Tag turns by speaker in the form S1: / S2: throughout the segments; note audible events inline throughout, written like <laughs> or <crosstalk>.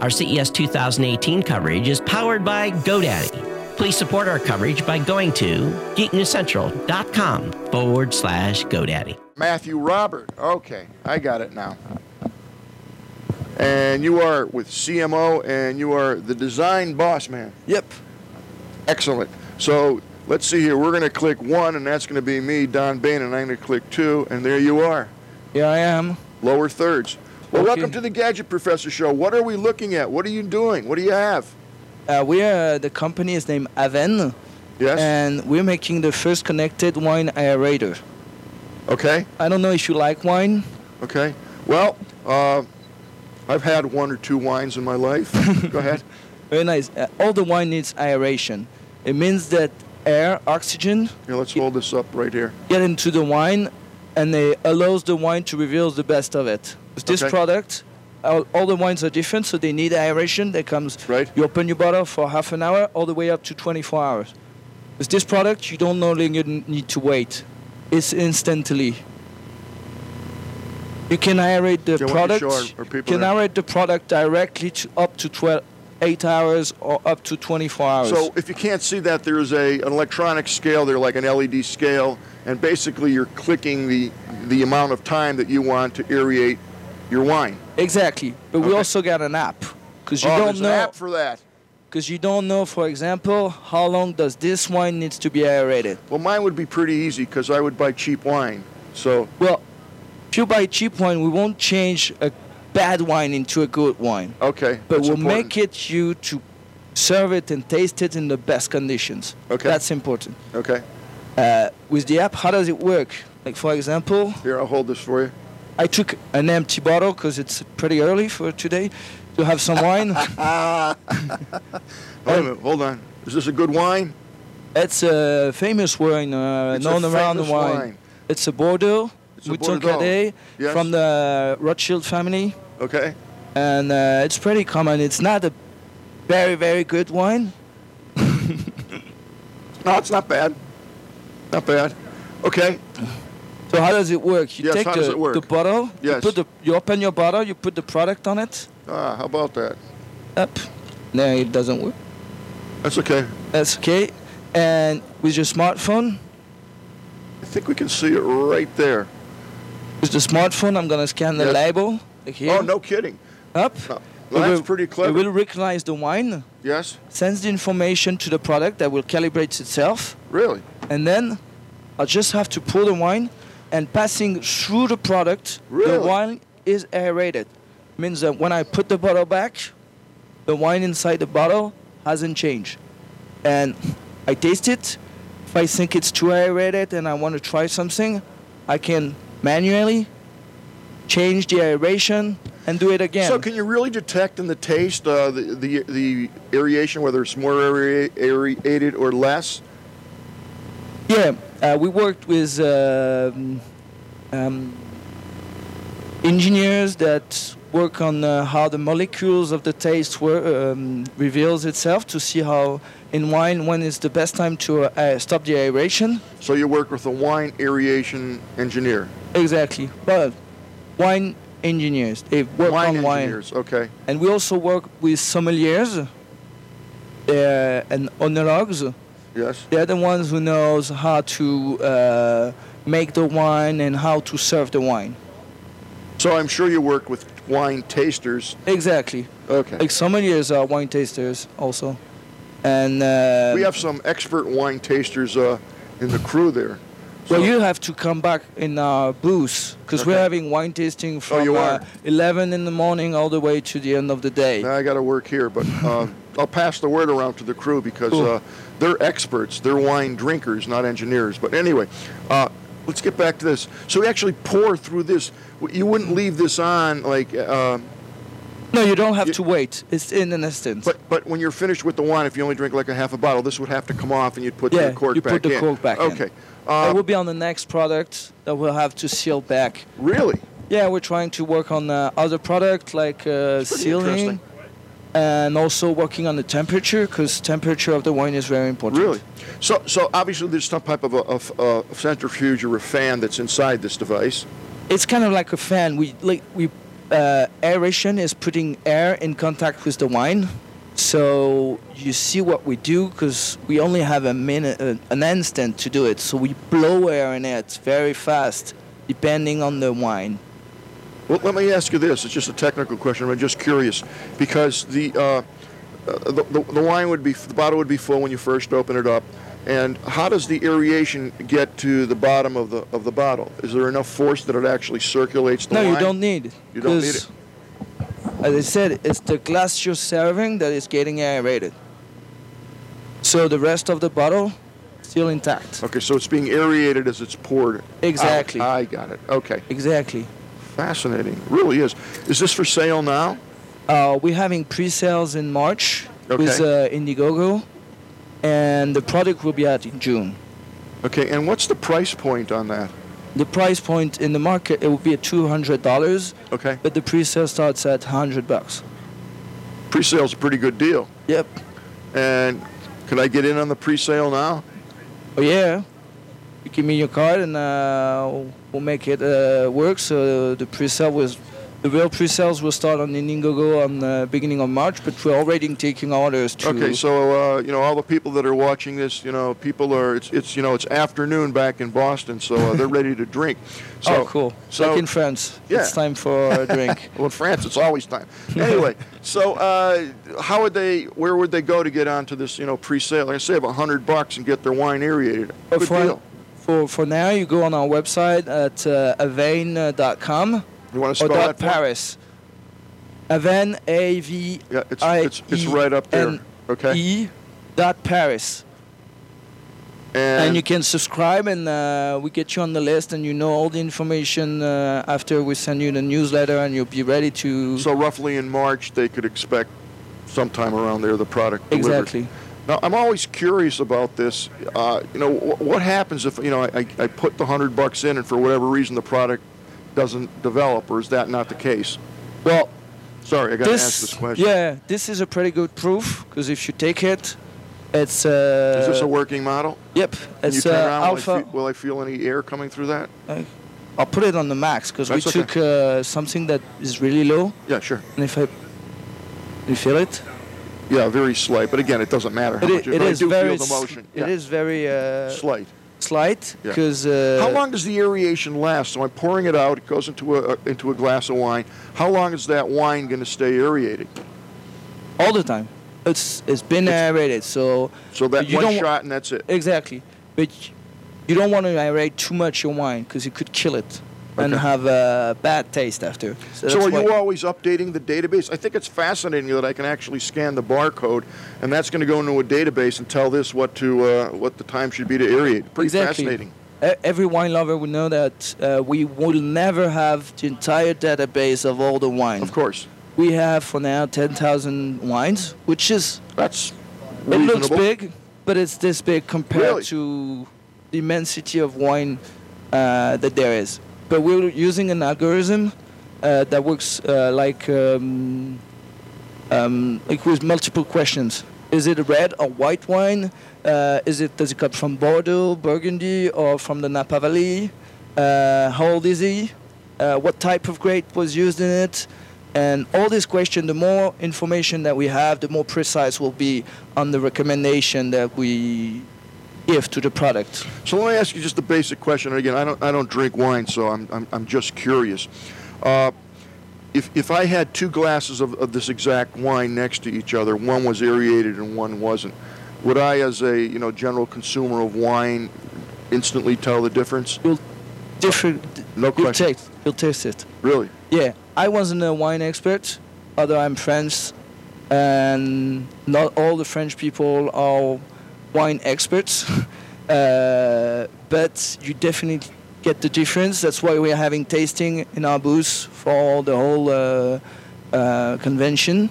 S1: Our E CES 2018 coverage is powered by GoDaddy. Please support our coverage by going to geeknewscentral.com forward slash GoDaddy.
S2: Matthew Robert. Okay, I got it now. And you are with CMO and you are the design boss man.
S3: Yep.
S2: Excellent. So let's see here. We're going to click one, and that's going to be me, Don Bain, and I'm going to click two, and there you are.
S3: Yeah, I am.
S2: Lower thirds. Well,
S3: Okay.
S2: welcome to the Gadget Professor Show. What are we looking at? What are you doing? What do you have?
S3: Uh, we are the company is named Aven,
S2: Yes.
S3: and we're making the first connected wine aerator.
S2: okay.
S3: I don't know if you like wine.
S2: Okay. Well, uh, I've had one or two wines in my
S3: <laughs>
S2: life. Go ahead.
S3: Very nice. Uh, all the wine needs aeration. It means that air, oxygen,
S2: Here, let's hold this up right here.
S3: get into the wine, and it allows the wine to reveal the best of it. With this
S2: Okay.
S3: product, all, all the wines are different, so they need aeration. That comes.
S2: Right.
S3: You open your bottle for half an hour, all the way up to 24 hours. With this product, you don't no longer n- need to wait. It's instantly. You can aerate the
S2: Do you want to
S3: product.
S2: show our- our
S3: you
S2: people
S3: can
S2: there?
S3: aerate the product directly to up to 12, 8 hours or up to 24 hours.
S2: So, if you can't see that, there's a an electronic scale there, like an LED scale, and basically you're clicking the the amount of time that you want to aerate your wine.
S3: Exactly, but we
S2: Okay.
S3: also got an app because you
S2: oh,
S3: don't
S2: there's
S3: know.
S2: an app for that.
S3: because you don't know, for example, how long does this wine needs to be aerated.
S2: Well, mine would be pretty easy because I would buy cheap wine. So,
S3: Well, if you buy cheap wine, we won't change a bad wine into a good wine,
S2: okay.
S3: but
S2: that's
S3: we'll
S2: important.
S3: make it you to serve it and taste it in the best conditions.
S2: Okay.
S3: that's important.
S2: Okay.
S3: Uh, with the app, how does it work? Like for example,
S2: Here, I'll hold this for you.
S3: I took an empty bottle because it's pretty early for today to have some
S2: <laughs>
S3: wine.
S2: Wait a minute. Hold on. Is this a good wine?
S3: Uh, It's a famous wine, uh,
S2: It's a
S3: known around the
S2: famous
S3: wine.
S2: wine.
S3: It's a Bordeaux,
S2: It's a
S3: Mouton
S2: Bordeaux.
S3: Cadet,
S2: Yes.
S3: from the Rothschild family,
S2: Okay.
S3: and uh, it's pretty common. It's not a very, very good wine.
S2: No, it's not bad. Not bad. Okay.
S3: So how does it work? You
S2: Yes,
S3: take
S2: how
S3: the,
S2: does it work?
S3: the bottle, you,
S2: Yes.
S3: put the, you open your bottle, you put the product on it,
S2: Ah, how about that?
S3: up. No, it doesn't work.
S2: That's okay.
S3: That's okay. And with your smartphone,
S2: I think we can see it right there.
S3: with the smartphone, I'm gonna scan the
S2: Yes.
S3: label. Like here,
S2: Oh, no kidding.
S3: up.
S2: No.
S3: It
S2: Well, that's
S3: will-
S2: pretty
S3: It
S2: clever.
S3: will recognize the wine.
S2: Yes?
S3: sends the information to the product that will calibrate itself
S2: Really?
S3: and then I just have to pour the wine and passing through the product the
S2: Really?
S3: wine is aerated means that when I put the bottle back the wine inside the bottle hasn't changed and I taste it if I think it's too aerated and I want to try something I can manually change the aeration and do it again
S2: So, can you really detect in the taste uh, the, the the aeration, whether it's more aera- aerated or less?
S3: Yeah, uh, we worked with um, um, engineers that work on uh, how the molecules of the taste were, um, reveals itself to see how in wine when is the best time to uh, stop the aeration.
S2: So, you work with a wine aeration engineer.
S3: Exactly, but wine engineers they work
S2: wine
S3: on wine.
S2: engineers. Okay.
S3: And we also work with sommeliers uh, and oenologues.
S2: Yes.
S3: They're the ones who knows how to uh, make the wine and how to serve the wine.
S2: So, I'm sure you work with wine tasters.
S3: Exactly.
S2: Okay.
S3: Like sommeliers are wine tasters also, and uh,
S2: we have some expert wine tasters uh, in the crew there.
S3: well,
S2: So-
S3: you have to come back in our booth because we're
S2: Okay. Oh,
S3: having wine tasting from
S2: you are.
S3: uh, 11 in the morning all the way to the end of the day.
S2: Now I got to work here, but uh, I'll pass the word around to the crew because
S3: Cool.
S2: uh, they're experts. They're wine drinkers, not engineers. But anyway, uh, let's get back to this. So we actually pour through this. W- You wouldn't leave this on like, uh,
S3: No, you don't have
S2: You-
S3: to wait. It's in an instant.
S2: but but when you're finished with the wine, if you only drink like a half a bottle, this would have to come off, and you'd put
S3: Yeah,
S2: the cork
S3: you
S2: back
S3: put the
S2: in.
S3: cork back in.
S2: okay.
S3: that
S2: Uh,
S3: will be on the next product that we'll have to seal back.
S2: really?
S3: Yeah, we're trying to work on uh, other product like uh,
S2: pretty
S3: sealing.
S2: interesting.
S3: and also working on the temperature because temperature of the wine is very important.
S2: Really? So, so obviously there's some type of a, of a centrifuge or a fan that's inside this device.
S3: It's kind of like a fan. We like we uh, aeration is putting air in contact with the wine. So you see what we do because we only have a minute, uh, an instant to do it. So we blow air in it very fast, depending on the wine.
S2: Well, let me ask you this. It's just a technical question. I'm just curious because the, uh, uh, the, the the wine would be the bottle would be full when you first open it up, and how does the aeration get to the bottom of the of the bottle? Is there enough force that it actually circulates the
S3: no,
S2: wine?
S3: you don't need.
S2: You don't need
S3: 'cause, As I said, it's the glass you're serving that is getting aerated. So the rest of the bottle, still intact.
S2: Okay, so it's being aerated as it's poured. out.
S3: Exactly.
S2: I got it. Okay,
S3: Exactly.
S2: fascinating. Really is. Is this for sale now?
S3: Uh, we're having pre-sales in March with uh, Indiegogo, and the product will be out in June.
S2: Okay, and what's the price point on that?
S3: The price point in the market it will be at two hundred dollars,
S2: Okay,
S3: but the pre-sale starts at hundred bucks.
S2: pre-sale's a pretty good deal.
S3: Yep.
S2: And could I get in on the pre-sale now?
S3: Oh yeah. You give me your card and uh, we'll make it uh, work. So the pre-sale was, the real pre-sales will start on Indiegogo on the beginning of March, but we're already taking orders to.
S2: Okay, so uh, you know all the people that are watching this, you know, people are it's it's you know it's afternoon back in Boston, so uh, they're ready to drink. So,
S3: <laughs> oh cool.
S2: So
S3: like in France,
S2: Yeah.
S3: it's time for
S2: <laughs>
S3: a drink.
S2: well, in France, it's always
S3: <laughs>
S2: time. Anyway, so uh, how would they? Where would they go to get onto this? You know, pre-sale. Like I save a hundred bucks and get their wine aerated.
S3: But
S2: Good
S3: Oh, for,
S2: deal.
S3: for for now, you go on our website at uh, avain.com
S2: You want to
S3: or
S2: spell that?
S3: dot
S2: for me?
S3: Paris. Avain A V E
S2: Yeah, it's
S3: I
S2: it's, it's
S3: E
S2: right up there.
S3: N
S2: Okay.
S3: E dot Paris, and, you can subscribe, and uh, we get you on the list, and you know all the information uh, after we send you the newsletter, and you'll be ready to
S2: so roughly in March they could expect sometime around there the product delivered.
S3: exactly.
S2: Now, I'm always curious about this. Uh, you know, wh- what happens if you know I, I put the hundred bucks in, and for whatever reason the product doesn't develop, or is that not the case?
S3: Well,
S2: Sorry, I got to ask this question.
S3: yeah, this is a pretty good proof because if you take it, it's uh,
S2: Is this a working model?
S3: yep,
S2: Can you
S3: it's uh,
S2: turn around?
S3: alpha. Uh,
S2: Will I, feel, will I feel any air coming through that?
S3: I'll put it on the max because we
S2: That's okay.
S3: took uh, something that is really low,
S2: Yeah, sure.
S3: and if I, you feel it,
S2: Yeah, very slight, but again, it doesn't matter. how
S3: It i-
S2: much,
S3: it
S2: but I
S3: is
S2: do
S3: very,
S2: feel the
S3: s-
S2: motion.
S3: It
S2: yeah,
S3: is very uh,
S2: slight.
S3: slight
S2: Yeah.
S3: because uh,
S2: How long does the aeration last? So I'm pouring it out. It goes into a into a glass of wine. How long is that wine going to stay aerated?
S3: all the time. It's it's been
S2: It's-
S3: aerated, so
S2: So that
S3: You
S2: one
S3: don't-
S2: shot and that's it.
S3: exactly. But you don't want to aerate too much your wine because you could kill it and
S2: Okay.
S3: have a bad taste after. So,
S2: So are
S3: that's
S2: you
S3: why-
S2: always updating the database? I think it's fascinating that I can actually scan the barcode, and that's going to go into a database and tell this what to uh, what the time should be to aerate. Pretty
S3: Exactly.
S2: fascinating.
S3: E- Every wine lover will know that uh, we will never have the entire database of all the wine.
S2: Of course,
S3: We have for now 10,000 wines, which is,
S2: that's
S3: it
S2: reasonable.
S3: looks big, but it's this big compared
S2: Really?
S3: to the immensity of wine uh, that there is. But we're using an algorithm uh, that works uh, like, um, um, like with multiple questions. Is it a red or white wine? Uh, is it does it come from Bordeaux, Burgundy, or from the Napa Valley? Uh, how old is he? Uh, what type of grape was used in it? And all these questions, the more information that we have, the more precise we'll be on the recommendation that we give to the product.
S2: So let me ask you just a basic question. And again, I don't I don't drink wine, so I'm I'm, I'm just curious. Uh, if, if I had two glasses of, of this exact wine next to each other, one was aerated and one wasn't, would I, as a you know general consumer of wine, instantly tell the difference?
S3: Different.
S2: No
S3: You'll
S2: question.
S3: taste. You'll taste it.
S2: Really?
S3: Yeah, I wasn't a wine expert, although I'm French, and not all the French people are wine experts. <laughs> uh, but you definitely get the difference. That's why we're having tasting in our booth for the whole uh, uh, convention,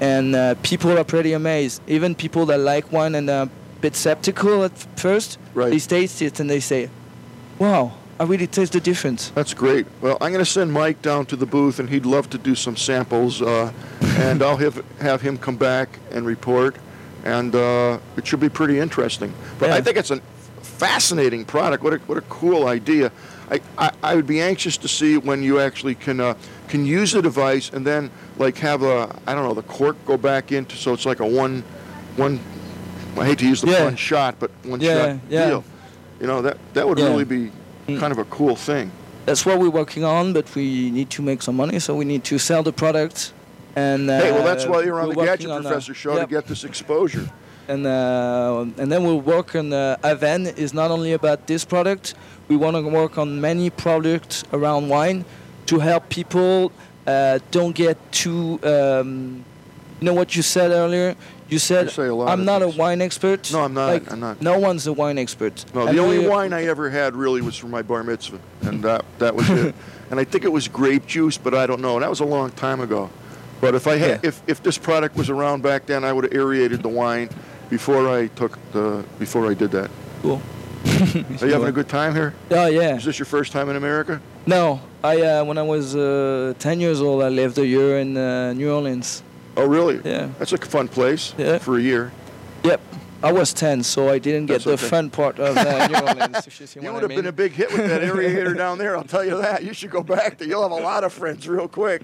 S3: and uh, people are pretty amazed. Even people that like wine and are a bit skeptical at first,
S2: Right.
S3: they taste it and they say, "Wow, I really taste the difference."
S2: That's great. Well, I'm going to send Mike down to the booth, and he'd love to do some samples uh, and I'll have, have him come back and report, and uh, it should be pretty interesting. But I
S3: Yeah.
S2: think it's a fascinating product. What a, what a cool idea. I, I, I would be anxious to see when you actually can uh, can use the device and then like have a I don't know the cork go back into so it's like a one one I hate to use the
S3: Yeah.
S2: one shot but one
S3: Yeah,
S2: shot
S3: yeah.
S2: deal. You know that that would
S3: Yeah. Mm.
S2: really be kind of a cool thing.
S3: That's what we're working on, but we need to make some money, so we need to sell the product. And uh,
S2: Hey, well, that's why you're on
S3: we're
S2: the Gadget
S3: working on, uh,
S2: Professor show
S3: yep.
S2: to get this exposure.
S3: and uh, and then we'll work on uh, Aven is not only about this product. We want to work on many products around wine to help people uh, don't get too. Um, you know what you said earlier. You said
S2: say a lot
S3: I'm
S2: of
S3: not
S2: things.
S3: a wine expert.
S2: No, I'm not.
S3: Like,
S2: I'm not.
S3: No one's a wine expert.
S2: No,
S3: And
S2: the only
S3: we-
S2: wine I ever had really was for my bar mitzvah, and that that was
S3: <laughs>
S2: it. and I think it was grape juice, but I don't know. That was a long time ago. But if I had,
S3: Yeah.
S2: if if this product was around back then, I would have aerated the wine before I took the before I did that.
S3: Cool.
S2: Are you having a good time here?
S3: Oh yeah.
S2: Is this your first time in America?
S3: No, I uh, when I was uh, 10 years old, I lived a year in uh, New Orleans.
S2: Oh, really?
S3: Yeah.
S2: That's a fun place
S3: Yeah.
S2: for a year.
S3: Yep. I was 10, so I didn't get
S2: That's
S3: the
S2: okay.
S3: fun part of uh,
S2: <laughs>
S3: New Orleans. If you see
S2: You,
S3: what
S2: would
S3: I
S2: have
S3: mean.
S2: been a big hit with
S3: <laughs>
S2: that aerator down there. I'll tell you that. You should go back. To, you'll have a lot of friends real quick.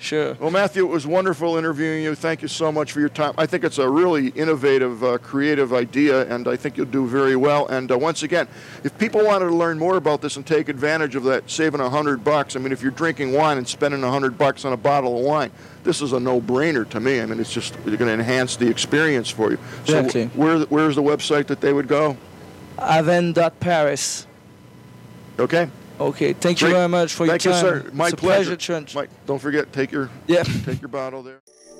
S3: Sure.
S2: Well, Matthew, it was wonderful interviewing you. Thank you so much for your time. I think it's a really innovative, uh, creative idea, and I think you'll do very well. And uh, once again, if people wanted to learn more about this and take advantage of that, saving a hundred bucks. I mean, if you're drinking wine and spending a hundred bucks on a bottle of wine, this is a no-brainer to me. I mean, it's just you're going to enhance the experience for you. So,
S3: Exactly.
S2: wh- where where's the website that they would go?
S3: Aven.Paris.
S2: Okay.
S3: Okay, thank you
S2: Great.
S3: very much for
S2: Thank
S3: your time.
S2: you, sir. My
S3: it's a
S2: pleasure.
S3: pleasure, Trent.
S2: Mike, don't forget take your
S3: Yep.
S2: take your bottle there.